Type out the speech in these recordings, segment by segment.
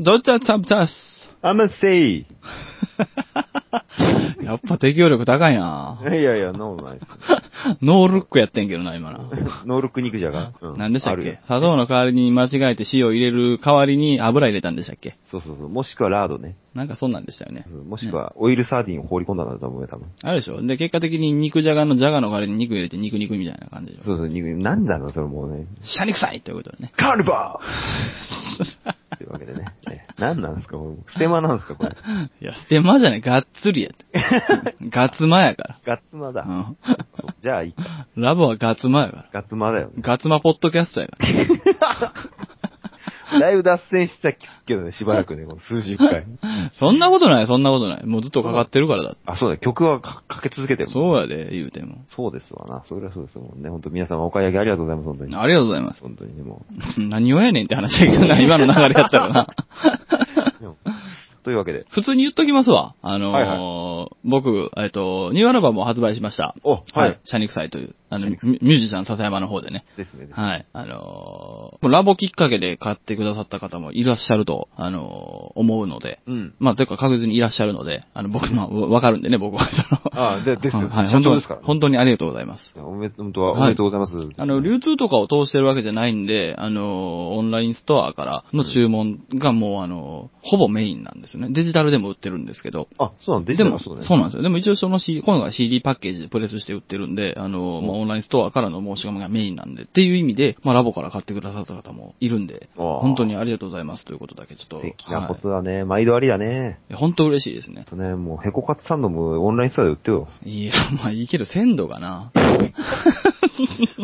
ドイツはサブタス。 アムセイ。いやっぱ適応力高いな やいや、ノーないっすノールックやってんけどな、今な。ノールック肉じゃが。う何でしたっあるよけ砂糖の代わりに間違えて塩を入れる代わりに油入れたんでしたっけそうそうそう。もしくはラードね。なんかそんなんでしたよね。うんもしくはオイルサーディンを放り込んだんだと思うよ、多分。あれでしょで、結果的に肉じゃがのじゃがの代わりに肉入れて肉肉みたいな感じでしょそうそう、肉なんだろう、それもうね。シャニ臭いということでね。カルバ ーというわけでね。ね何なんですかこれステマなんですかこれ。いや、ステマじゃない、がっつりやって。 ガツマやかガッツマだ。ら。うん。そうじゃあ、いいかラボはガツマやから。ガッツマだよね。ガツマポッドキャストや から。だいぶ脱線したけどね、しばらくね、この数十回。そんなことない、そんなことない。もうずっとかかってるからだって。あ、そうだよ、曲はかかけ続けてるもんそうやで、言うても。そうですわな。それはそうですもんね。本当皆様お買い上げありがとうございます、本当に。ありがとうございます。 本当にね、も何をやねんって話やけどな、 今の流れやったらな。 う。でもというわけで。普通に言っときますわ。あのーはい僕、えっと、ニューアルバムを発売しました。おはいシャニクサイという、あの、シャミニュミュージシャン笹山の方でね。ですね。はい。あのーラボきっかけで買ってくださった方もいらっしゃると、あのー思うので。うん。まあ、というか確実にいらっしゃるので、あの、僕の、わわかるんでね、僕は。そのあでですよはい、社本長当ですから本当にありがとうございます。おめでとう、本当はおめでとうございます。あの、流通とかを通してるわけじゃないんで、あの、オンラインストアからの注文がもう、あの、ほぼメインなんですよね。デジタルでも売ってるんですけど。あ、そうなんででも、そそううだね。なんですよ。でも一応その C、今度は CD パッケージでプレスして売ってるんで、あの、まあ、オンラインストアからの申し込みがメインなんで、っていう意味で、まあ、ラボから買ってくださった方もいるんで、あー本当にありがとうございますということだけちょっと。素敵なこはいとだね。毎度ありだね。いや本当嬉しいですね。あとね、もう、ヘコカツサンドもオンラインストアで売ってよ。いや、まあいいけど鮮度がな。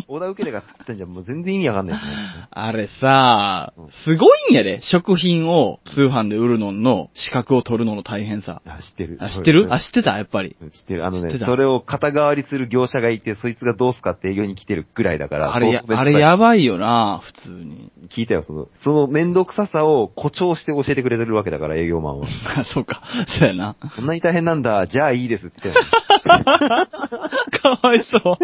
オーダー受け手が作ったんじゃ、もう全然意味わかんないですね。あれさうん、すごいんやで。食品を通販で売るのの資格を取るのの大変さ。 あ、知ってる。あ、知ってるああ、、知ってたやっぱり。知ってる。あの知ってね、たそれを肩代わりする業者がいて、そいつがどうすかって営業に来てるぐらいだから。あれや相、当面倒あれやばいよな、普通に。聞いたよ、その、その面倒くささを誇張して教えてくれてるわけだから、営業マン は。あ、そうか。 そうやな。こんなに大変なんだ、じゃあいいですって言ってかわいそう。たの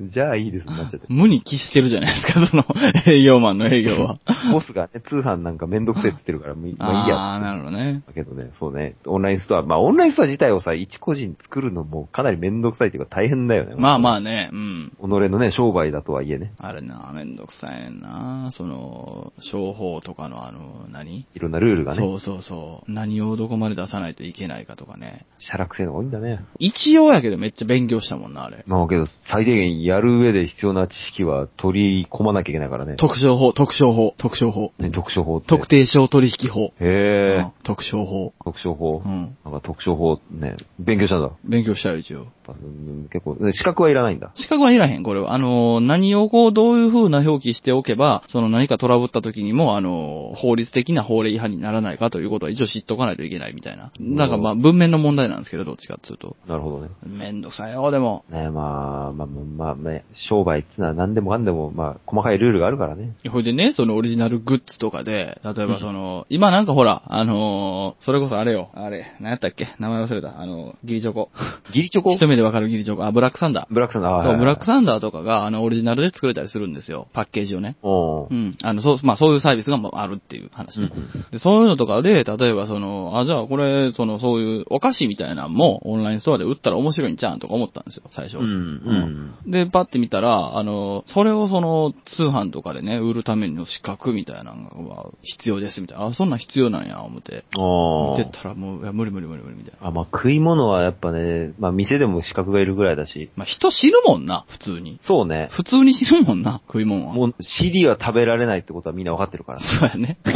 じゃあいいですってなっち ゃって。無に帰してるじゃないですか、その営業マンの営業は。ボスがね、通販なんかめんどくせえって言ってるから、もうい まあいいや。あー、なるほどね。だけどね、そうね、オンラインストア、まあオンラインストア自体をさ、一個人作るのもかなりめんどくさいっていうか大変だよね。まあまあ。あね、うん。己のね、商売だとはいえね、あれな、めんどくさいねんな。その、商法とかのあの、何いろんなルールがね、そうそうそう。何をどこまで出さないといけないかとかね。しゃらくせえのが多いんだね。一応やけどめっちゃ勉強したもんな、あれ。まあけど、最低限やる上で必要な知識は取り込まなきゃいけないからね。特徴法、特徴法、特徴法。ね特徴法って。特定商取引法。へうえん。特徴法。特徴法。うん。なんか特徴法ね、勉強したんだ。やっ勉強したよ、一応。ぱうん結構、ね資格はいらないんだ。資格はいらへん、これは。あのー、何をこう、どういう風な表記しておけば、その何かトラブった時にも、あのー、法律的な法令違反にならないかということは一応知っとかないといけないみたいな。なんかまあ、文面の問題なんですけど、どっちかっていうと。なるほどね。めんどくさいよ、でも。ねまあ、まあ、まあ、まあね、商売ってのは何でもかんでも、まあ、細かいルールがあるからね。ほいでね、そのオリジナルグッズとかで、例えばその、今なんかほら、あのーそれこそあれよ、あれ、何やったっけ名前忘れた。あの、ギリチョコ。ギリチョコ一目でわかるギリチョコ。あ、ブラックサンダー。ブラックさんの、あそう、ブラックさん。サンダーとかが、あの、オリジナルで作れたりするんですよ。パッケージをね。おうーん。あの、そう、まあ、そういうサービスがまああるっていう話、うんうんで、そういうのとかで、例えばその、あ、じゃあこれ、その、そういうお菓子みたいなのも、オンラインストアで売ったら面白いんちゃうんとか思ったんですよ、最初。うん、うん。で、パッて見たら、あの、それをその、通販とかでね、売るための資格みたいなのが必要ですみたいな。あ、そんなん必要なんや、思って。お見てーたらもう、いや、無理無理無理無理みたいな。あ、まあ、食い物はやっぱね、まあ、店でも資格がいるぐらいだし。まあ、人知るもんな、普通に。そうね。普通に知るもんな、食い物は。もう CD は食べられないってことはみんなわかってるから。そうや ね。食べ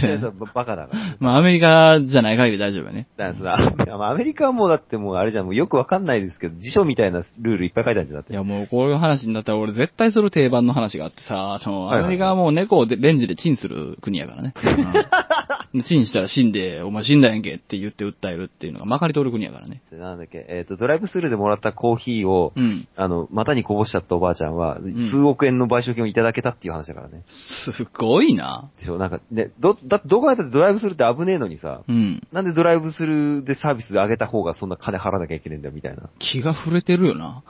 ちゃうやつはばバカだから。 まあ、アメリカじゃない限り大丈夫やね。だからその、アメリカはもうだってもうあれじゃん、もうよくわかんないですけど、辞書みたいなルールいっぱい書いてあるんじゃなくいて。や、もうこういう話になったら俺絶対する定番の話があってさ、そのはいはいア メリカはもう猫をでレンジでチンする国やからね。チンしたら死んで、お前死んだやんけって言って訴えるっていうのがまかり通る国やからね。なんだっけ、えっ、と、ドライブスルーでもらったコーヒーを、うん。あの、股にこぼしちゃったおばあちゃんは、ん数億円の賠償金をいただけたっていう話だからね。すごいな。でしょなんか、ね、ど、だってどう考えたってドライブスルーって危ねえのにさ、うん。なんでドライブスルーでサービスで上げた方がそんな金払わなきゃいけないんだよみたいな。気が触れてるよな。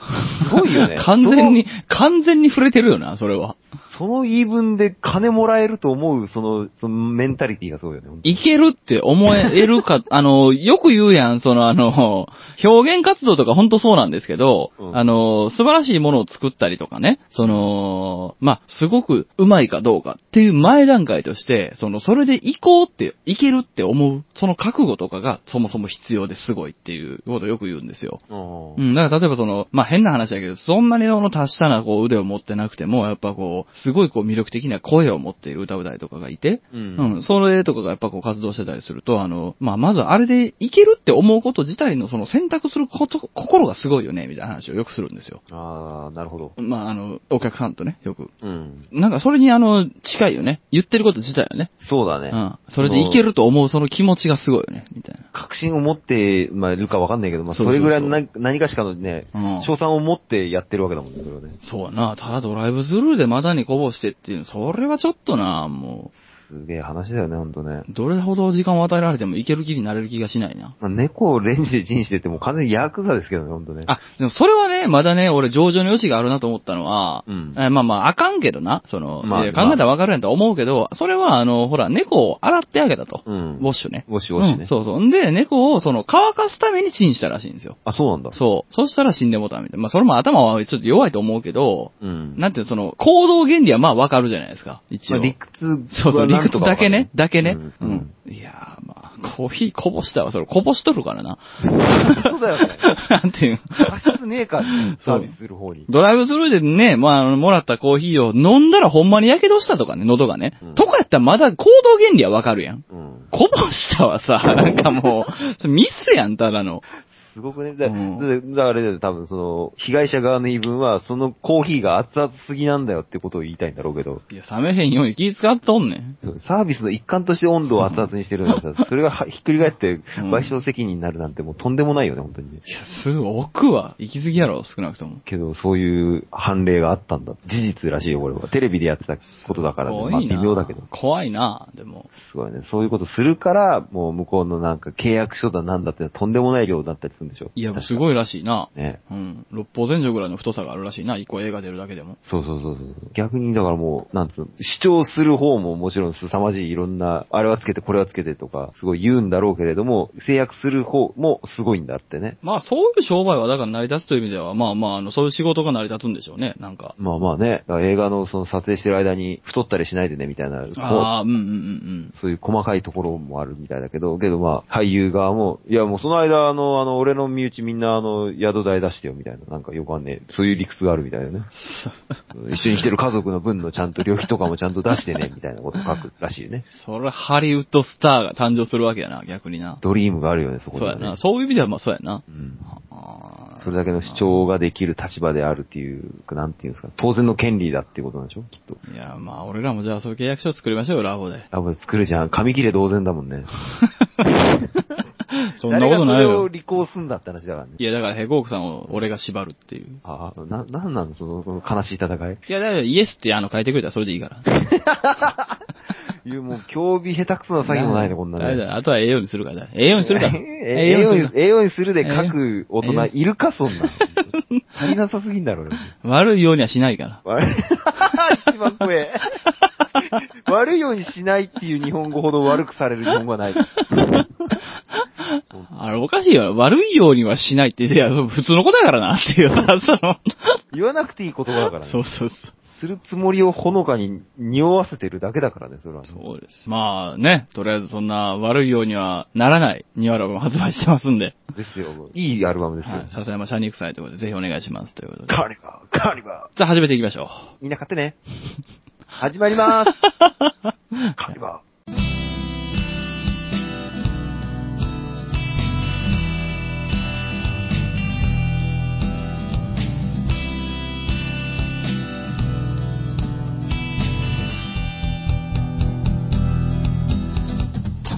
すごいよね。 完全に、完全に触れてるよな、それは。その。その言い分で金もらえると思う、その、そのメンタリティがすごいよね。いけるって思える か、あの、よく言うやん、そのあの、表現活動とかほんとそうなんですけど、うんあの、素晴らしいものを作ったりとかね、その、まあ、すごくうまいかどうかっていう前段階として、その、それで行こうって、行けるって思う、その覚悟とかがそもそも必要ですごいっていうことをよく言うんですよ。うんうん、だから例えばその、まあ、変な話だけど、そんなにその達者なこう腕を持ってなくても、やっぱこう、すごいこう魅力的な声を持っている歌うたりとかがいて、う。うんん、それとかがやっぱこう活動してたりすると、あの、まあ、まずあれでいけるって思うこと自体のその選択すること、心がすごいよね、みたいな話をよくするんですよ。あー、なるほど。まあ、あの、お客さんとね、よく。うん。なんかそれにあの、近いよね。言ってること自体はね。そうだうね。ん。それでいけると思うその気持ちがすごいよね、みたいな。確信を持って、まあ、いるかわかんないけど、まあ、そうそうそそうれぐらいな何かしかのね、うん賞賛を持ってやってるわけだもんね、それはね。そうやな。ただドライブスルーでまだにこぼしてっていうの、それはちょっとな、もすげえ話だよね、ほんとね。う。どれほど時間を与えられてもいける気になれる気がしないな。まあ、猫をレンジでチンしててもう完全にヤクザですけどね、ほんとね。あ、でもそれはね、まだね、俺上場の余地があるなと思ったのは、うんえーまあまあ、あかんけどな、その、まあいや考えたらわかるやんと思うけど、それはあの、ほら、猫を洗ってあげたと。うん。ウォッシュね。もしもしね。うんそうそう。んで、猫をその、乾かすためにチンしたらしいんですよ。あ、そうなんだ。そう。そしたら死んでもうたみたいな。まあ、それも頭はちょっと弱いと思うけど、うん。なんていうのその、行動原理はまあわかるじゃないですか、一まあ、応。理屈はそうそう、理なん屈とかわだかけるね。だけね。うんう。ん。いやー、まあ、コーヒーこぼしたわ、それ。こぼしとるからな。 そうだよね。なんていうの過失ねえか、サービスする方に。ドライブスルーでね、まああの、もらったコーヒーを飲んだらほんまに火傷したとかね、喉がね。うんとかやったらまだ行動原理はわかるやん。うん。こぼしたはさ、なんかもう、それミスやん、ただの。すごくね。だ、うんだだからあれだよ、多分その、被害者側の言い分は、そのコーヒーが熱々すぎなんだよってことを言いたいんだろうけど、いや、冷めへんように気遣っとんねん。サービスの一環として温度を熱々にしてるのにさ、それがはひっくり返ってうん賠償責任になるなんてもうとんでもないよね、本当にね。いや、すぐ奥は、行き過ぎやろ、少なくとも。けど、そういう判例があったんだ。事実らしいよ、これは。テレビでやってたことだからね、怖まあいな微妙だけど。怖いな、でも。すごいね。そういうことするから、もう向こうのなんか契約書だなんだってとんでもない量だったりするんでしょいや、すい。ごいらしいな。ね。うん。六方全書ぐらいの太さがあるらしいな、一個映画出るだけでも。そうそうそうそう。逆にだからもう、なんつうの、主張する方ももちろん凄まじいいろんな、あれはつけてこれはつけてとか、すごい言うんだろうけれども、制約する方もすごいんだってね。まあ、そういう商売は、だから成り立つという意味では、まあまあ、あの、そういう仕事が成り立つんでしょうね、なんか。まあまあね、だから映画のその撮影してる間に太ったりしないでねみたいな、こうああ、うんうんうんそういう細かいところもあるみたいだけど、けどまあ、俳優側も、いやもうその間、あの、あの、俺の身内みんな、あの、宿代出してよみたいな、なんかよくあんねえ、そういう理屈があるみた いだね。一緒に来てる家族の分のちゃんと旅費とかもちゃんと出してね、みたいなこと書くらしいね。それ、ハリウッドスターが誕生するわけやな、逆にな。ドリームがあるよね、そこそにうやはな。ね。そういう意味では、まあ、そうやな。うん。あーそれだけの主張ができる立場であるっていう、なんていうんですか、当然の権利だっていうことなんでしょきっと。いや、まあ、俺らもじゃあ、そういう契約書作りましょうよ、ラ ボで。あ、もう作るじゃん。紙切れ同然だもんね。そんなことない誰がそれをよ。履行すんだって話だからね。いや、だから、ヘコークさんを俺が縛るっていう。ああ、な、なんなのその、その悲しい戦いいや、だから、イエスって、あの、書いてくれたらそれでいいから。いう、もう、競技下手くそな作業 もないね、こんなあれね。だあとは A4 にするから。A4 にするから。え A4 にするか A4 に A4 にするで書く大人いるか、そ んな。足りなさすぎんだろ、俺。悪いようにはしないから。悪い一番怖 え。悪いようにしないっていう日本語ほど悪くされる日本語はない。あれ、おかしいよ。悪いようにはしないって、いや、普通のことやからな、って いうさ、その、言わなくていい言葉だからねそうそうそう。するつもりをほのかに匂わせてるだけだからね、それはね。そうです。まあね、とりあえずそんな悪いようにはならないニューアルバムを発売してますんで、ですよ。いいアルバムですよ。はい、笹山シャニクサイということでぜひお願いしますということで。カーニバー、カーニバじゃあ始めていきましょう。ー。みんな買ってね。始ま ります。カーニバー。 「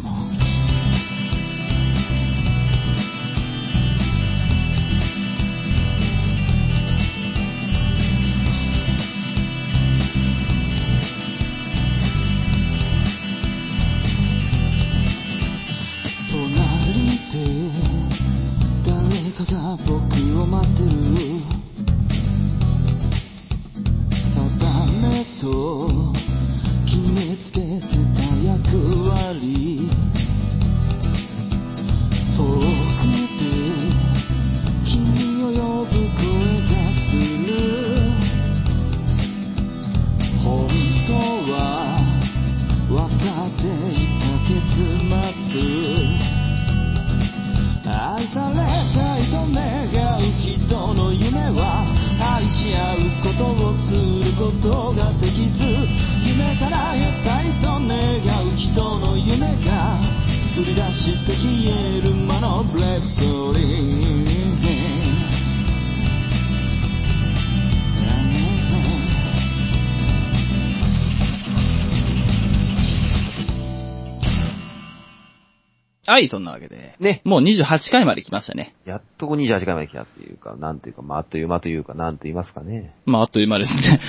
はい、そんなわけで。ね。もう28回まで来ましたね。やっとこう28回まで来たっていうか、なんていうか、まあ、あっという間というか、なんて言いますかね。まあ、あっという間です ね。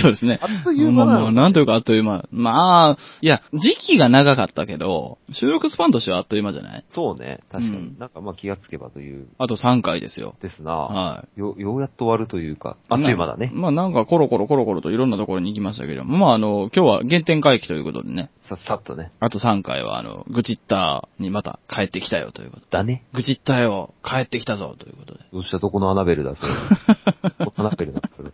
そうですね。あっという間なのまあまあなんというかあっという間。まあ、いや、時期が長かったけど、収録スパンとしてはあっという間じゃないそうね。確かに。うんなんかまあ気がつけばという、あと3回ですよ。ですな。はい。よ、ようやっと終わるというか、あっという間だね。まあなんかコロコロコロコロといろんなところに行きましたけども、まああの、今日は原点回帰ということでね、さ、さっとね。あと3回はあの、愚痴ったにまた帰ってきたよということ。だね。愚痴ったよ、帰ってきたぞという ことで。どうしたとこのアナベル だ、それ。アナベルだ、それ。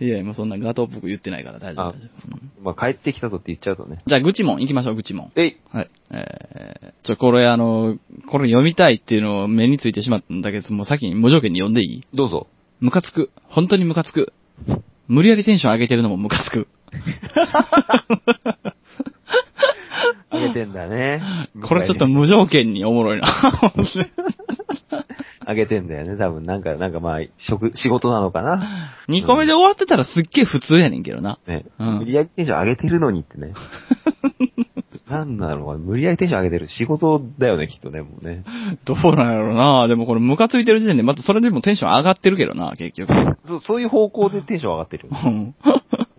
いや、今そんなガトーっぽく言ってないから大丈夫大あ丈夫うんまあ、帰ってきたぞって言っちゃうとね。じゃあ、愚痴もん行きましょう、愚痴もん。えいはい。えー、ちょ、これあの、これ読みたいっていうのを目についてしまったんだけど、もう先に無条件に読んでいいどうぞ。ムカつく。本当にムカつく。無理やりテンション上げてるのもムカつく。あげてんだね 。これちょっと無条件におもろい な。あげてんだよね、多分。なんか、なんかまあ、職、仕事なのかな。 2個目で終わってたらすっげえ普通やねんけどな。ね。うん無理やりテンション上げてるのにって ね。なんだろう、無理やりテンション上げてる。仕事だよね、きっとね、もうね。どうなんやろな。でもこれムカついてる時点でまたそれでもテンション上がってるけどな、結局。そう、そういう方向でテンション上がってる。うん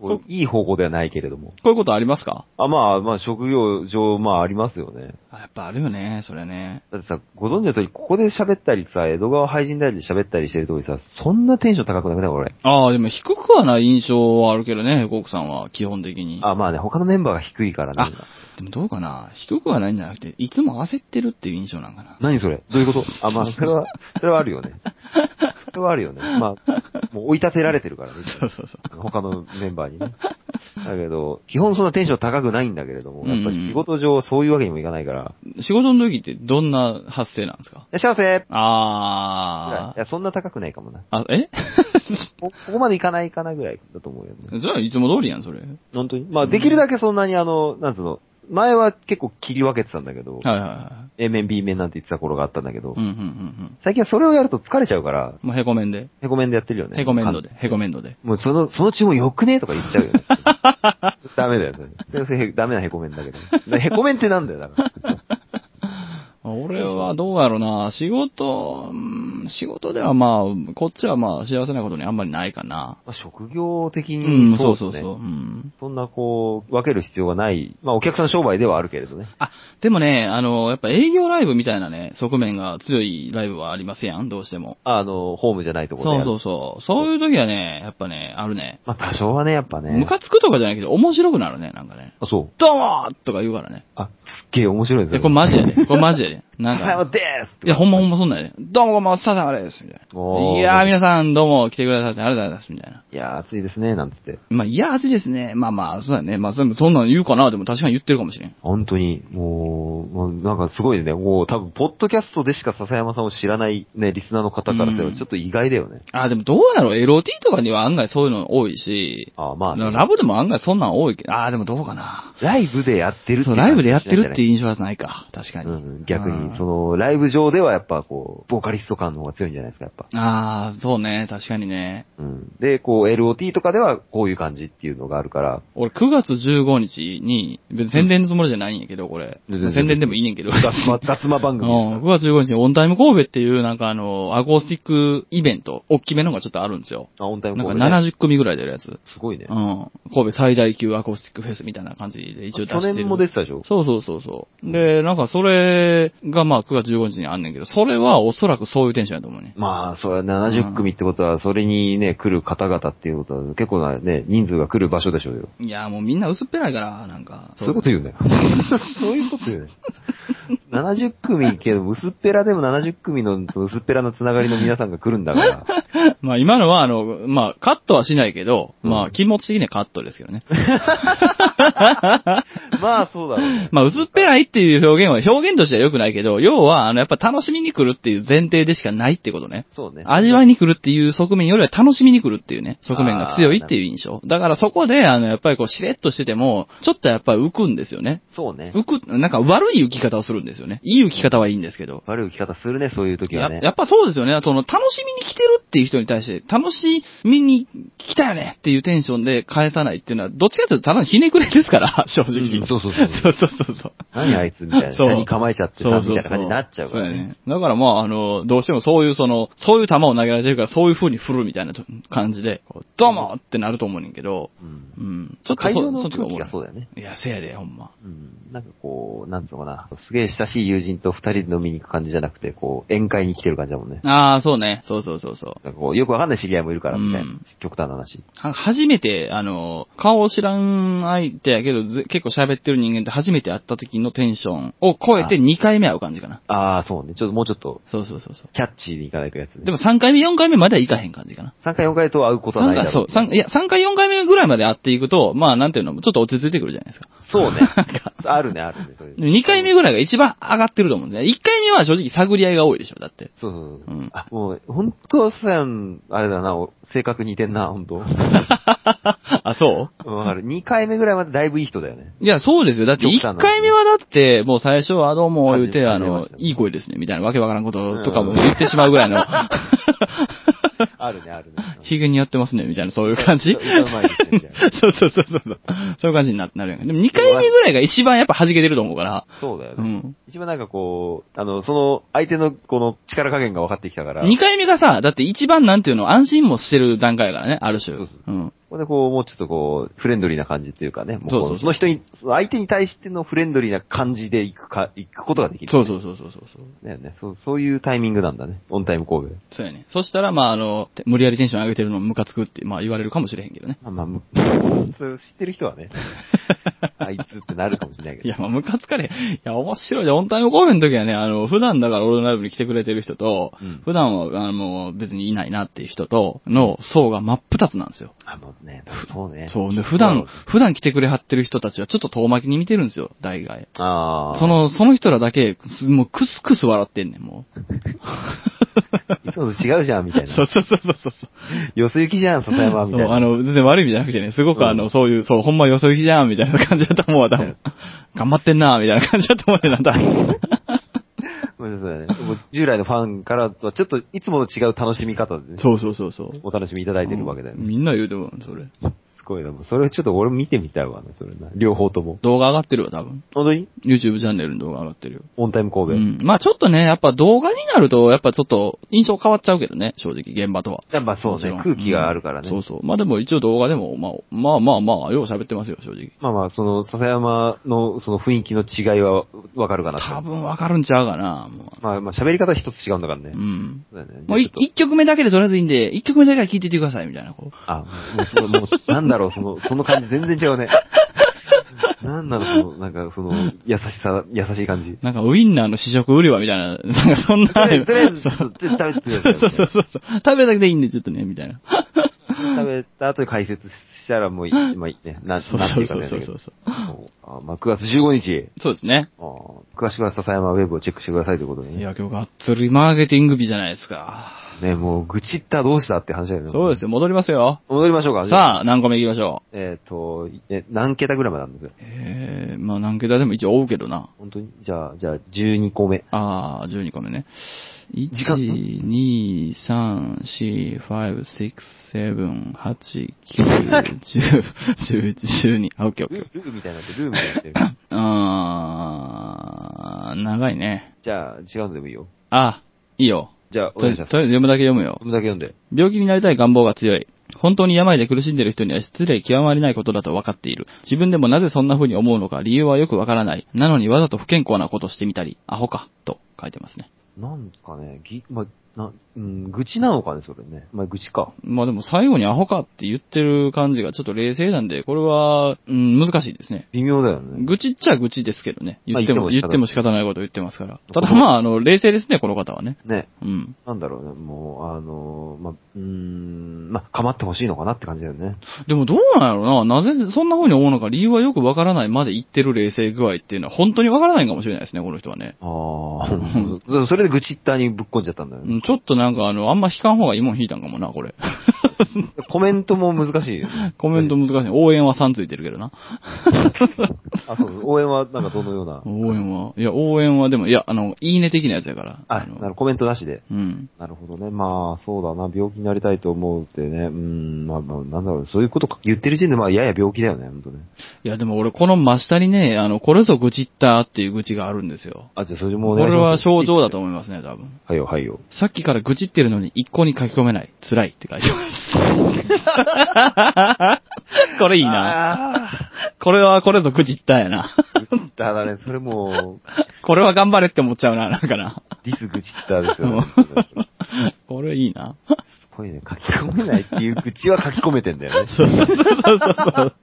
こういい方向ではないけれども。こういうことありますかあ、まあ、まあ、職業上、まあ、ありますよね。やっぱあるよね、それね。だってさ、ご存知の通り、ここで喋ったりさ、江戸川廃人代理で喋ったりしてる通りさ、そんなテンション高くなくない俺。ああ、でも低くはない印象はあるけどね、ゴークさんは、基本的に。あ、まあね、他のメンバーが低いからね。でもどうかな低くはないんじゃなくて、いつも焦ってるっていう印象なんかな。何それどういうことあ、まあ、それ は、それはあるよね。それはあるよね。まあ、もう追い立てられてるからね。そうそうそう。他のメンバーにね。だけど、基本そんなテンション高くないんだけれども、うんうんやっぱり仕事上そういうわけにもいかないから、仕事の時ってどんな発声なんですかいらっしゃいませあいや、そんな高くないかもな。あ。あ、えこここまでいかないかなぐらいだと思うよね。じゃあいつも通りやん、それ。はい本当にまあ、できるだけそんなにあの、なんつうの、前は結構切り分けてたんだけど、はいは A 面、B 面なんて言ってた頃があったんだけど、い。うんうんうんうん。最近はそれをやると疲れちゃうから、もうヘコメンで。ヘコメンでやってるよね。ヘコメンドで。ヘコメンドで。もうその、その注文よくねとか言っちゃうよ、 ね。ダメだよ、それ。それそれダメなヘコメンだけど。だか らヘコメンってなんだよ、だから。俺はどうやろうな仕事、うん仕事ではまあ、こっちはまあ幸せなことにあんまりないかな。まあ、職業的うにん、そうそうですそう。うね。ん。そんなこう、分ける必要がない。まあ、お客さん商売ではあるけれどね。あ、でもね、あの、やっぱ営業ライブみたいなね、側面が強いライブはありますやん、どうしても。あの、ホームじゃないところそでうやる。そうそう。そういう時はね、やっぱね、あるね。まあ、多少はね、やっぱね。ムカつくとかじゃないけど、面白くなるね、なんかね。あ、そう。どうもーとか言うからね。あ、すっげえ面白いでいすや、ね。これマジや で。これマジやで。おなんはよか、うですいや、ほんまほんまそんなんやで。どうもこんばんは、お疲れ様です。みたいおな。ーいやー、皆さんどうも来てくださってありがとうございます。みたいな。いやー、暑いですね、なんつって。まあ、いや、暑いですね。まあまあ、そうだね。まあ、それもそんなの言うかな、でも確かに言ってるかもしれん。本当に、もう、もうなんかすごいね。もう多分、ポッドキャストでしか笹山さんを知らないね、リスナーの方からすれうんば、ちょっと意外だよね。あー、でもどうやろう ?LOT とかには案外そういうの多いし、ああ、まあね、ラブでも案外そんなん多いけど、あー、でもどうかな。ライブでやってるってそ、いううのはライブでやってるっていいう印象はないか。確かに。うん、逆うに、んその、ライブ上ではやっぱこう、ボーカリスト感の方が強いんじゃないですか、やっぱ。ああ、そうね、確かにね。うん。で、こう、LOT とかではこういう感じっていうのがあ るから、俺9月15日に、別に宣伝のつもりじゃないんやけど、これ。全然宣伝でもいいねんけ ど。脱魔、脱魔う番ん、組です9か月15日にオンタイム神戸っていうなんかあの、アコースティックイベント、大きめのがちょっとあるんですよ。ら。あ、オンタイムなんか神戸ね70組ぐらいでやるやつ。すごいねう。ん。神戸最大級アコースティックフェスみたいな感じで一応出してる。去年も出てたでしょそうそうそうそう。で、なんかそれがまあ9月15日にあんねんけど、それはおそらくそういうテンションやと思うね。まあ、それ70組ってことは、それにね、来る方々っていうことは、結構なね、人数が来る場所でしょうよ。いや、もうみんな薄っぺらいから、なんか。そういうこと言うね。 そういうこと言 うね。70組けど、薄っぺらでも70組のその薄っぺらなつながりの皆さんが来るんだ から。まあ今のはあの、まあカットはしないけど、うんまあ気持ち的にはカットですけど ね。まあ、そうだろうね。まあ薄っぺらいっていう表現は表現としては良くないけど、要はあのやっぱ楽しみに来るっていう前提でしかないってことね。そうね。味わいに来るっていう側面よりは楽しみに来るっていうね、側面が強いっていう印象。だからそこであのやっぱりこうしれっとしてても、ちょっとやっぱり浮くんですよね。そうね。浮く、なんか悪い浮き方をするんですよね。いい浮き方はいいんですけど。悪い生き方するね、そういう時やはね。やっぱそうですよね。その、楽しみに来てるっていう人に対して、楽しみに来たよねっていうテンションで返さないっていうのは、どっちかというとただのひねくれですから、正直。 うんそうそうそうそうそうそうそう。何あいつみたいな。そう下に構えちゃってさ、みたいな感じになっちゃうかそうらやね。ね。だからまあ、あの、どうしてもそういうその、そういう球を投げられてるから、そういう風に振るみたいなと感じで、こうどうもってなると思うねんけど、うんうん。ちょっと会場その空思気がそううだよね。いや、せやで、ほんま。うん。なんかこう、なんつうのかな。すげえ親しい友人と二人で飲みに行く感じじゃなくて、こう、宴会に来てる感じだもんね。ああ、そうね。そうそうそうそう。なんかこう、よくわかんない知り合いもいるから、みたいなうん。極端な話。は初めて、あの、顔を知らん相手やけど、ず結構喋ってる人間と初めて会った時のテンションを超えてあ2回目会う感じかな。ああ、そうね。ちょっともうちょっと、そうそうそうそキャッチーに行かないとやつね。う。でも3回目、4回目まではいかへん感じかな。 3回4回と会うことはな三い回、だろそう、三いや、3回、4回目ぐらいまで会っていくと、まあ、なんていうの、ちょっと落ち着いてくるじゃないですか。そうね。あるね、あるね。それ2回目ぐらいが一番上がってると思うんですね。1回目は正直探り合いが多いでしょ、だって。そうそうそううんあ、もう、本当さやん、あれだな、お性格似てんな、本当うん あ、そうわかる。2回目ぐらいまでだいぶいい人だよね。いや、そうですよ。だって、よく1来たの回目はだって、もう最初はどうも言うて、あ初めまのして、いい声ですね、みたいな、わけわからんこととかも言ってしまうぐらい の、あるね、あるね。ヒゲにやってますね、みたいな、そういう感じ歌うまいですねみたいな そうそうそうそうそう。そういう感じにななるやんか。でも2回目ぐらいが一番やっぱ弾けてると思うから。そうだようね。ん。一番なんかこう、あの、その、相手のこの力加減が分かってきたから、 2回目がさ、だって一番なんていうの、安心もしてる段階やからね、ある種。そううん。ここでこう、もうちょっとこう、フレンドリーな感じっていうかね、もうこそうそうそうその人に、その相手に対してのフレンドリーな感じで行くか、行くことができる。そうそうそうそうそうそう。だよね。そう、そういうタイミングなんだね。オンタイム神戸。そうやね。そしたら、まあ、あの、て無理やりテンション上げてるのムカつくって、まあ、言われるかもしれへんけどね。 まあまあむ、 そう知ってる人はね、あいつってなるかもしれないけいど。や、まあ、ムカつかれへん。いや、面白いじゃん。オンタイム公演の時はね、あの、普段だから俺のライブに来てくれてる人と、うん普段は、あの、別にいないなっていう人と、の層が真っ二つなんですよ。あ、もうね、そうね。そう。で、きっと普段、普段来てくれはってる人たちはちょっと遠巻きに見てるんですよ、大概。ああ。そ、の、その人らだけ、すもうクスクス笑ってんねん、もう。いつもと違うじゃん、みたいそな。うそうそうそうそう。よそ行きじゃん、笹山、みそたういな。あの、全然悪い意味じゃなくてね、すごくあの、そういう、そう、ほんまよそ行きじゃん、みたいな感じだと思うわ、多分。頑張ってんな、みたいな感じだと思うねんな、多分。 そうだね。もう従来のファンからとはちょっといつもと違う楽しみ方でね、そうそうそうそう。お楽しみいただいてるわけだよね。みんな言うても、それ。すごいな。もうそれちょっと俺も見てみたいわね、それな。両方とも。動画上がってるわ、多分。本当に YouTube チャンネルの動画上がってるよ。オンタイム神戸。うん。まあちょっとね、やっぱ動画になると、やっぱちょっと印象変わっちゃうけどね、正直、現場とは。やっぱそうもちろねん、空気があるからうね。んそうそう。まあでも一応動画でも、まあ、まあまあまあ、よう喋ってますよ、正直。まあまあ、その、笹山のその雰囲気の違いはわかるかなと多分わかるんちゃうかな、もまあまあ、喋り方一つ違うんだからねう。う。ん。そうだよねもうじゃあちょっと一曲目だけでとりあえずいいんで、一曲目だけは聞いていってください、みたいな、こう。あ、もうその、もう、なんだろう、そ の、その感じ全然違うね。なんだろう、その、なんか、その、優しさ、優しい感じ。なんかウインナーの試食売り場みたいな、 なんかそんな。とりあえず、とりあえず、ちょっとちょっと食べてくださいみたそういそうそな。うそう。食べるだけでいいんで、ちょっとね、みたいな。食べた後に解説したらもういい、まあいいね。なん、そうなんてそいううかそうね。そうそうそう。そうあまあ、9月15日、そうですね。あー詳しくは笹山ウェブをチェックしてくださいということでいね。や、今日がっつりマーケティング日じゃないですか。ね、もう、愚痴ったらどうしたって話だよね。そうですよ。よ、戻りますよ。戻りましょうか。あ。さあ、何個目行きましょう。えっと、え、何桁ぐらいまであるんですよ。えー、まあ何桁でも一応追うけどな。本当にじゃあ、じゃあ、12個目。あー、12個目ね。時間1、2、3、4、5、6、7、8、9、10、11、12。あ、オッケーオッケール。ルーみたいになってる、ルーみたいになっ てる。あー、長いね。じゃあ、違うのでもいいよ。あ、いいよ。じゃあ、おととり願いしあえずます。読読むだけ読むよ。むだけ読んで。病気になりたい願望が強い。本当に病で苦しんでいる人には失礼極まりないことだと分かっている。自分でもなぜそんな風に思うのか理由はよく分からない。なのにわざと不健康なことしてみたり、アホか、と書いてますね。なんですかね、ぎ、ま、な、うん、愚痴なのかね、それね。まあ、愚痴か。まあでも最後にアホかって言ってる感じがちょっと冷静なんで、これは、うん、難しいですね。微妙だよね。愚痴っちゃ愚痴ですけどね。言っても、まあ言言っっててもも仕仕方ないことを言ってますから。ただまあ、あの、冷静ですね、この方はね。ね。うん。なんだろうね、もう、あの、まあ、うーん、まあ、構ってほしいのかなって感じだよね。でもどうなんやろななぜそんな風に思うのか理由はよくわからないまで言ってる冷静具合っていうのは本当にわからないかもしれないですね、この人はね。あ あ、それで愚痴ったにぶっこんじゃったんだようね。んちょっとなんかあの、あんま引かん方がいいもん引いたんかもな、これ。 コメントも難しいよね。コメント難しい。応援は3ついてるけどな。あ、そう、応援はなんかどのような。応援は、いや、応援はでも、いや、あの、いいね的なやつやから。あ、のなるコメントなしで。うん。なるほどね。まあ、そうだな。病気になりたいと思うってね。うん、まあ、まあ、なんだろう。そういうこと言ってる時点で、まあ、やや病気だよね、ほんとね。いや、でも俺、この真下にね、あの、これぞ愚痴ったっていう愚痴があるんですよ。あ、じゃあ、それもこお願いれしまはす症状だと。思いますね、多分。はいよ、はいよ。さっきから愚痴ってるのに一向に書き込めない。辛いって書いてます。これいいな。なこれは、これぞ愚痴ったやな。愚痴っただね。それもう、 これは頑張れって思っちゃうな、なんかな。ディス愚痴ったですよね。 これいいな。すごいね。書き込めないっていう愚痴は書き込めてんだよね。そうそうそうそう。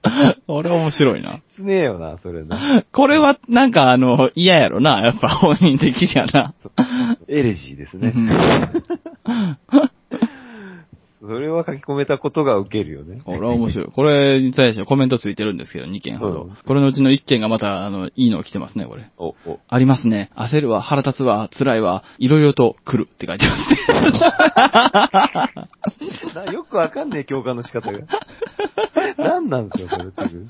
これ面白いな。きつねえよな、それな。これは、なんかあの、嫌やろな。やっぱ本人的にはな。そうエレジーですね。それは書き込めたことが受けるよね。これは面 白い。これに対してコメントついてるんですけど、2件ほど。うんこれのうちの1件がまた、あの、いいの来てますね、これ。お、お。ありますね。焦るわ、腹立つわ、辛いわ、いろいろと来るって書いてますね。なよくわかんねえ共感の仕 方が。何なんですか、それっていう。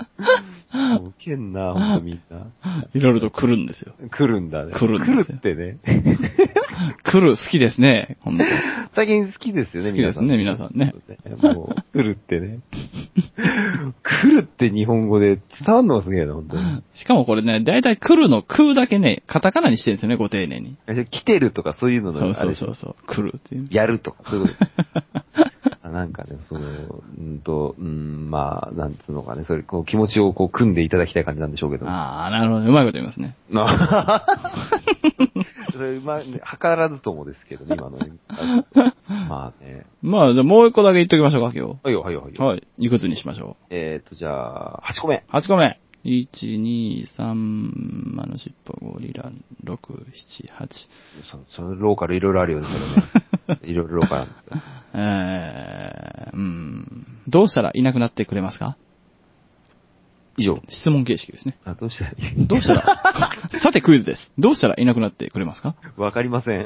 もうウケんな、ほんとみんな。 いろいろと来るんですよ。来るんだね。来るんですよ来るってね。 来る、好きですね。ほんと。最近好きですよね、好きですね、皆ん。さんね。もう、来るっ てね。来るって日本語で伝わるのがすげえな、本 当に。しかもこれね、だいたい来るの来るだけね、カタカナにしてるんですよね、ご丁寧に。え来てるとかそういうのそうの、あそれうでしょそうそう。来るっていう。やるとか、そうい うことあなんかね、その、うんと、うん、まあ、なんつうのかね、それ、こう、気持ちをこう、組んでいただきたい感じなんでしょうけど。ああ、なるほど。うまいこと言いますね。な それ、まあ、ね、計らずともですけどね、今 のね。まあね。まあ、じゃあもう一個だけ言っときましょうか、今はいよ、はいよ、はい日。よ。はい。いくつにしましょえっ、ー、と、じゃあ、8個目。う。8個目。1、2、3、魔の尻尾、ゴリラ、6、7、8。そそのローカルいろいろあるよね、それ ね。いろいろローカルあるんですけど。えー、うん。どうしたらいなくなってくれますか以上。質問形式ですね。あ、ど うしたらいどうしたら さてクイズです。どうしたらいなくなってくれ ますかい わかりません。わ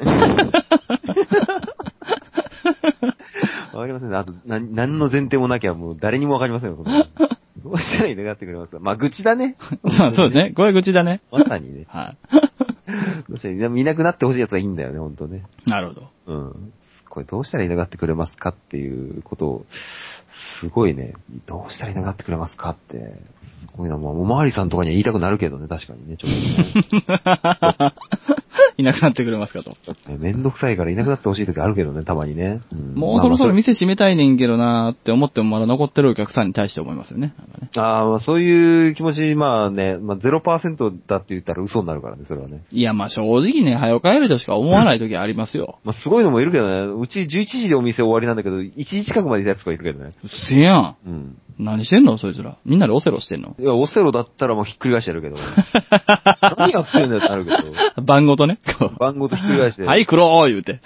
かりません。あと、な、何の前提もなきゃもう誰にもわかりませんよ、そん なのどうしたらいいのかってくれますかまあ、愚痴だね。まあそうですね。これ愚痴だね。まさにね。はい。どうしたらいいでもいなくなってほしいやつがいいんだよね、ほんとね。 なるほど。うん。これどうしたらいなくなってくれますかっていうことを、すごいね、どうしたらいなくなってくれますかって、すごいな、まあ、おまわりさんとかには言いたくなるけどね、確かにね、ちょ っいなくなってくれますかと。とね。めんどくさいからいなくなってほしい時あるけどね、たまにね。んもうそろそろまあまあ店閉めたいねんけどなーって思ってもまだ残ってるお客さんに対して思いますよね。なんかねあーまあ、そういう気持ち、まあね、まあ0%だって言ったら嘘になるからね、それはね。いや、まあ正直ね、早く帰るとしか思わない時ありますよ。まあ、すごいのもいるけどね、うち11時でお店終わりなんだけど、1時近くまでいたやつとかいるけどね。うっせえやん。うん。何してんのそいつら。みんなでオセロしてんのいや、オセロだったらもうひっくり返してやるけど。何やってんだよってなるけど。番号とね。こう番号とひっくり返して。 はい、黒ー言うて。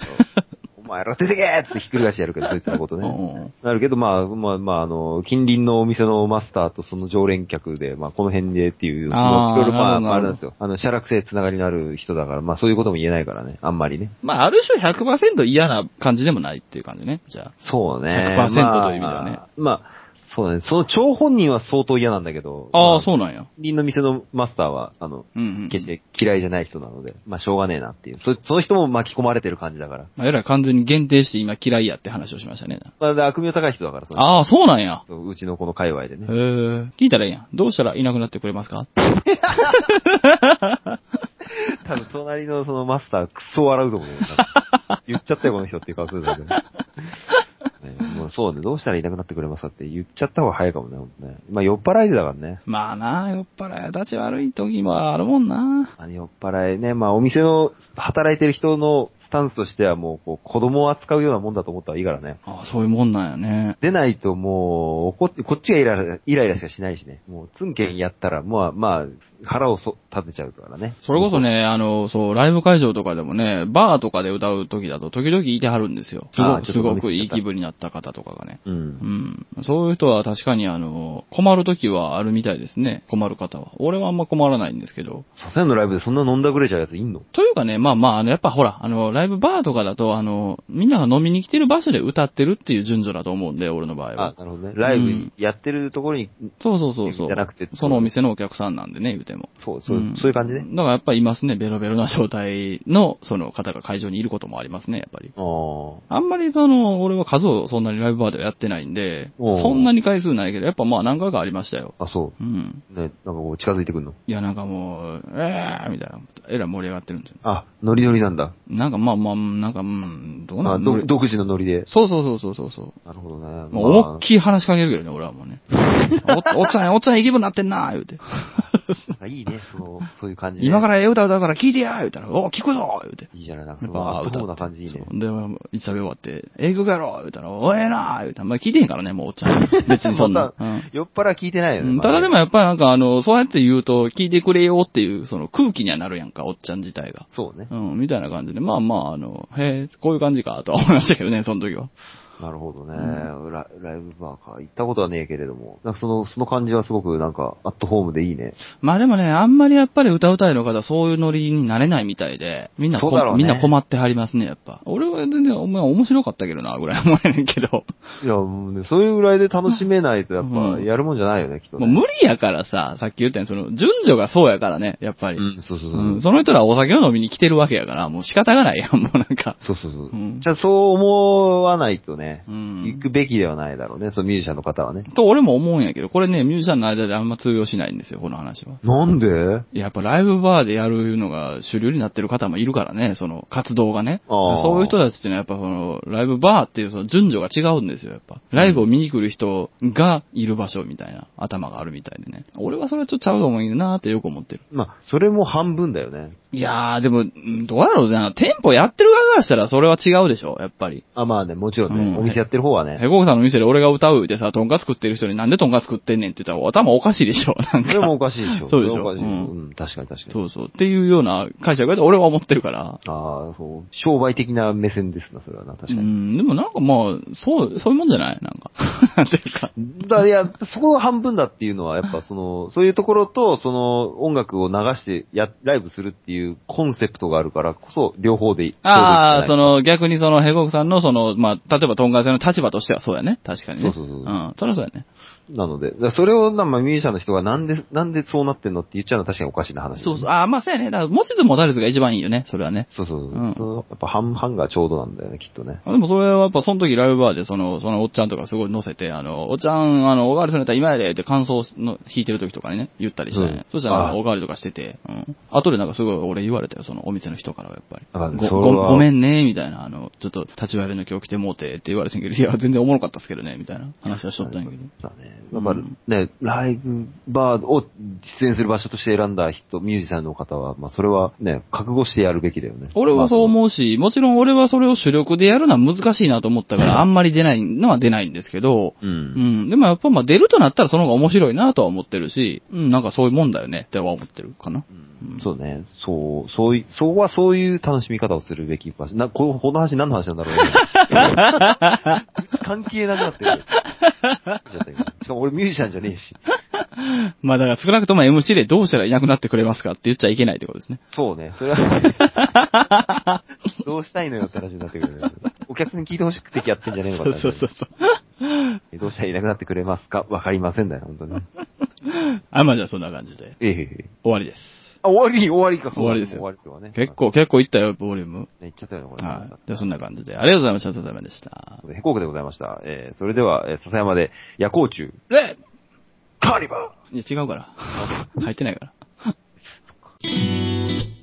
お前ら出てけーっつってひっくり返してやるけど、そいつのことうね。んうんなるけど、まあ、まあ、まあ、あの、近隣のお店のマスターとその常連客で、まあ、この辺でっていう、いあーろいろまあ、なるほどまああれなんですよ。あの、写楽性つながりのある人だから、まあ、そういうことも言えないからね、あんまりね。まあ、ある種100%嫌な感じでもないっていう感じね。じゃあ。そうね。 100%まあという意味ではね。まあ、そうね。その張本人は相当嫌なんだけど。ああ、う。そうなんや。近隣の店のマスターは、あの、うん、うん。決して嫌いじゃない人なので、まあ、しょうがねえなっていう。そその人も巻き込まれてる感じだから。まあ、えらい完全に限定して今嫌いやって話をしましたね。まあで、悪名高い人だから、その人ああ、そうなんや。そううちのこの界隈でへえね。聞いたらいいやん。どうしたらいなくなってくれますか多分隣のそのマスター、クソ笑うと思うよ。言っちゃったよ、この人っていう顔するんだけど。ねもうそうね、どうしたらいなくなってくれますかって言っちゃった方が早いかもね、ほんとね。まあ酔っ払いでだからね。まあなあ、酔っ払い、立ち悪い時もあるもんな。あの酔っ払いね、まあお店の働いてる人のスタンスとしてはもうこう子供を扱うようなもんだと思ったらいいからね。ああ、そういうもんなんやね。出ないともう怒って、こっちがイライライライラしかしないしね。もうツンケンやったら、まあまあ腹をそ立てちゃうからね。それこそね、あの、そう、ライブ会場とかでもね、バーとかで歌う時だと時々いてはるんですよ。すあごあく、ちすょっとごくいい気分になった方とかがね。う。うんん。そういう人は確かに、あの、困るときはあるみたいですね。困る方は。俺はあんま困らないんですけど。さすがのライブでそんな飲んだくれちゃうやついんのというかね、まあまあ、あの、やっぱほら、あの、ライブバーとかだと、あの、みんなが飲みに来てる場所で歌ってるっていう順序だと思うんで、俺の場合あは、。なるほどね。ライうんブやってるところに、そうそうそうそう。じゃなくてそのお店のお客さんなんでね、言うても。そう、そう、んそういう感じね。だからやっぱりいますね、ベロベロな状態の、その方が会場にいることもありますね、やっぱり。ああ。あんまり、あの、俺は数をそんなにライブバーではやってないんで、おうそんなに回数ないけど、やっぱまあ何回かありましたよ。あ、そうん。う。ね、なんかこう近づいてくんの。いや、なんかもう、えーみたいな。えらい盛り上がってるんですよ。あ、ノリノリなんだ。なんかまあまあ、なんか、うん、どうなあんど独自のノリで。そうそうそうそうそう。なるほどね。まあ、まあ思いっきり話しかけるけどね、俺はもう ね。おおっちゃんや、おっちゃん、いい気分になってんな、言うて。あいいね、その、そういう感じね今からええ歌歌うから聞いてや、言うたら、お聞くぞ、言うて。いいじゃない、なんかやそっぱ歌の、アってホな感じいいね。そうで、一食べ終わって、ええ曲やろ言うたら、おええな言うたら、まあ聞いてへんからね、もうおっちゃん。別にそん な。そうん酔っ払い聞いてないよね。うんまあただでもやっぱりなんかあの、そうやって言うと、聞いてくれよっていう、その空気にはなるやんか、おっちゃん自体が。そうね。うん、みたいな感じで、まあまあ、あの、へえ、こういう感じか、とは思いましたけどね、その時は。なるほどね。うんラライブバーか。行ったことはねえけれども。なんかその、その感じはすごくなんか、アットホームでいいね。まあでもね、あんまりやっぱり歌うたいの方、そういうノリになれないみたいで、みんなこ、そうだろうみねんな困ってはりますね、やっぱ。俺は全然、お前面白かったけどな、ぐらい思えねんけど。いや、もうね、そういうぐらいで楽しめないと、やっうぱ、んやるもんじゃないよね、きっともね。う無理やからさ、さっき言ったように、その、順序がそうやからね、やっぱり。うん、そうそうそう。うん、その人らお酒を飲みに来てるわけやから、もう仕方がないやん、もうなんか。そうそうそう。うんじゃあ、そう思わないとね、うん行くべきではないだろうね、そのミュージシャンの方はね。と俺も思うんやけど、これね、ミュージシャンの間であんま通用しないんですよ、この話は。なんでやっぱライブバーでやるのが主流になってる方もいるからね、その活動がね。あーそういう人たちっていうのはやっぱその、ライブバーっていうその順序が違うんですよ、やっぱ。ライブを見に来る人がいる場所みたいな、頭があるみたいでね。俺はそれはちょっとちゃうと思うんやなーってよく思ってる。まあ、それも半分だよね。いやー、でも、うんどうやろうな、店舗やってる側からしたらそれは違うでしょ、やっぱり。あ、まあね、もちろんね、うんお店やってる方はね。ヘコクさんの店で俺が歌うでさ、トンカツ食ってる人になんでトンカツ食ってんねんって言ったら頭おかしいでしょ、なんそれもおか。かしいでしょ。そうでしょれもおかしいでしょううん、確かに確かに。そうそう。っていうような解釈で俺は思ってるから。ああ、そう。商売的な目線ですな、それはな、確かうに。ん、でもなんかまあ、そう、そういうもんじゃないなん か。なんていうか。だいや、そこが半分だっていうのは、やっぱその、そういうところと、その、音楽を流してや、ライブするっていうコンセプトがあるからこそ、両方でいい。ああ、その、の逆にそのヘコクさんのその、まあ、例えばトンカツ屋の立場としてはそうやね。確かにね。、そうそうそうんそりゃそうやね。なので、だからそれを、まあ、ミュージシャンの人がなんで、なんでそうなってんのって言っちゃうのは確かにおかしな話。そうそう。ああ、まあそうやね。だから持ちつ持たれつが一番いいよね。それはね。そうそうそう。うんそのやっぱ半々がちょうどなんだよね、きっとね。あでもそれはやっぱその時ライブバーでその、そのおっちゃんとかすごい乗せて、あの、おっちゃん、あの、おかわりするんやったら今やでって感想の弾いてる時とかにね、言ったりして、うんそしたらなんあかあおかわりとかしてて、うん。後でなんかすごい俺言われたよ、そのお店の人からはやっぱり。あごそれごはごめんね、みたいな、あの、ちょっと立ち悪いの今日来てもうてって言われてんけど、いや、全然おもろかったっすけどね、みたいな話はしとったんやけど。だね。やっぱうんね、ライブバーを実演する場所として選んだ人、ミュージシャンの方は、まあそれはね、覚悟してやるべきだよね。俺はそうまあ思うし、もちろん俺はそれを主力でやるのは難しいなと思ったから、あんまり出ないのは出ないんですけど、う。うんん。でもやっぱまあ出るとなったらその方が面白いなとは思ってるし、うん、なんかそういうもんだよねっては思ってるかな。うんそうね。そう、そうい、そうはそういう楽しみ方をするべき場所。な、ここの話何の話なんだろうね。 関係なくなってる。ちょっと今しかも俺ミュージシャンじゃねえし。まあだから少なくとも MC でどうしたらいなくなってくれますかって言っちゃいけないってことですね。そうね。それは、 どうしたいのよって話になってくるね。お客さんに聞いてほしくてやってんじゃねえのそかうって話そうそうそう。えどうしたらいなくなってくれますかわかりませんだよ、本当に。あ、まあじゃあそんな感じで。ええええええ終わりです。あ、終わり、終わりか、そうだ終わりですよ終わりとはね。結構、結構いったよ、ボリューム。ね。いっちゃったよね、これ。はい。じゃあそんな感じで。ありがとうございました。笹山でした。へこうくでございました。えー、それでは、えー、笹山で、夜光虫、でカーニバいや、違う から。入ってないから。ーそっか。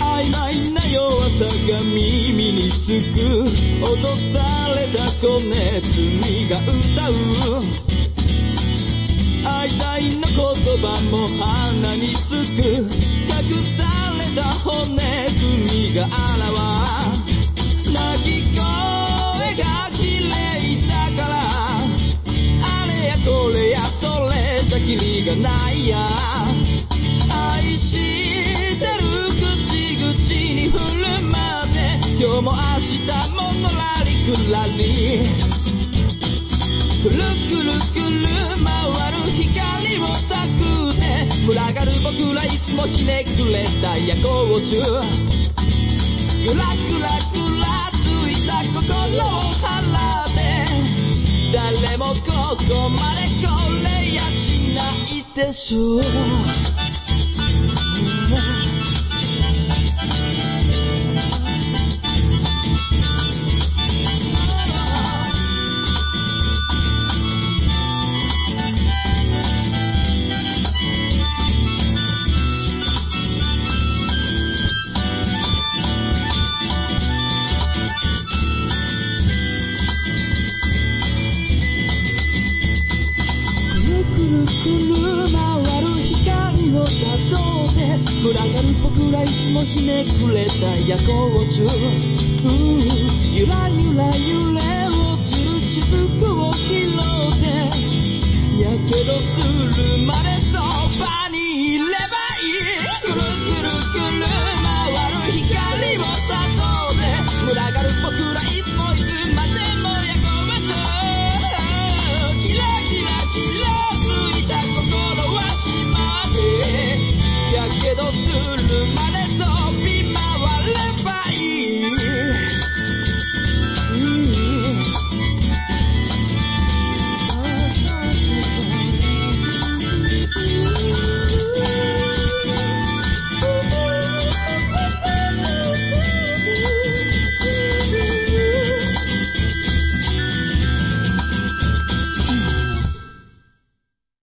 曖昧な弱さが耳につく脅された子ネズミが歌う愛愛の言葉も鼻につく隠された骨ネズミが現れ泣き声が綺麗だからあれやこれやそれじゃキリがないや愛してる口々に振る舞って今日も明日ものらりくらりくるくるくる回る光をたくね群がる僕らいつもひねくれた夜行中ぐらぐらぐらついた心を払って誰もここまでこれやしないでしょうくるくるくる回る光をたどって群がる僕らいつもひねくれた夜行中うんゆらゆら揺れ落ちる雫を拾ってやけどするまでそばにいれ